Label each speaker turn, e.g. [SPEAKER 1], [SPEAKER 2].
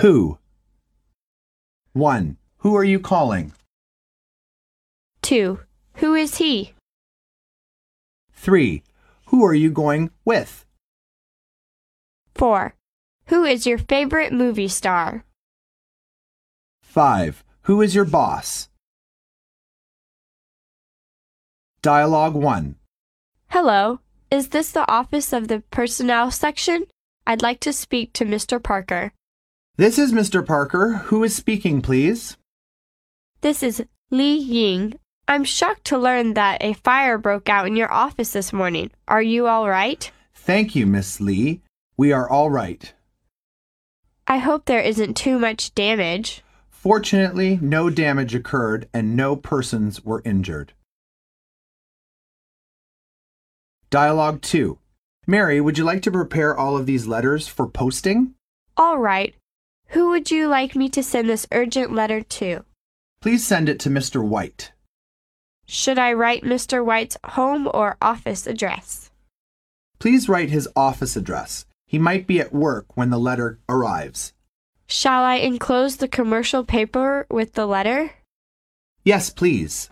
[SPEAKER 1] Who? 1. Who are you calling?
[SPEAKER 2] 2. Who is he?
[SPEAKER 1] 3. Who are you going with?
[SPEAKER 2] 4. Who is your favorite movie star?
[SPEAKER 1] 5. Who is your boss? Dialogue 1.
[SPEAKER 2] Hello. Is this the office of the personnel section? I'd like to speak to Mr. Parker.
[SPEAKER 1] This is Mr. Parker. Who is speaking, please?
[SPEAKER 2] This is Li Ying. I'm shocked to learn that a fire broke out in your office this morning. Are you all right?
[SPEAKER 1] Thank you, Miss Lee. We are all right.
[SPEAKER 2] I hope there isn't too much damage.
[SPEAKER 1] Fortunately, no damage occurred and no persons were injured. Dialogue 2. Mary, would you like to prepare all of these letters for posting?
[SPEAKER 2] All right. Who would you like me to send this urgent letter to?
[SPEAKER 1] Please send it to Mr. White.
[SPEAKER 2] Should I write Mr. White's home or office address?
[SPEAKER 1] Please write his office address. He might be at work when the letter arrives.
[SPEAKER 2] Shall I enclose the commercial paper with the letter?
[SPEAKER 1] Yes, please.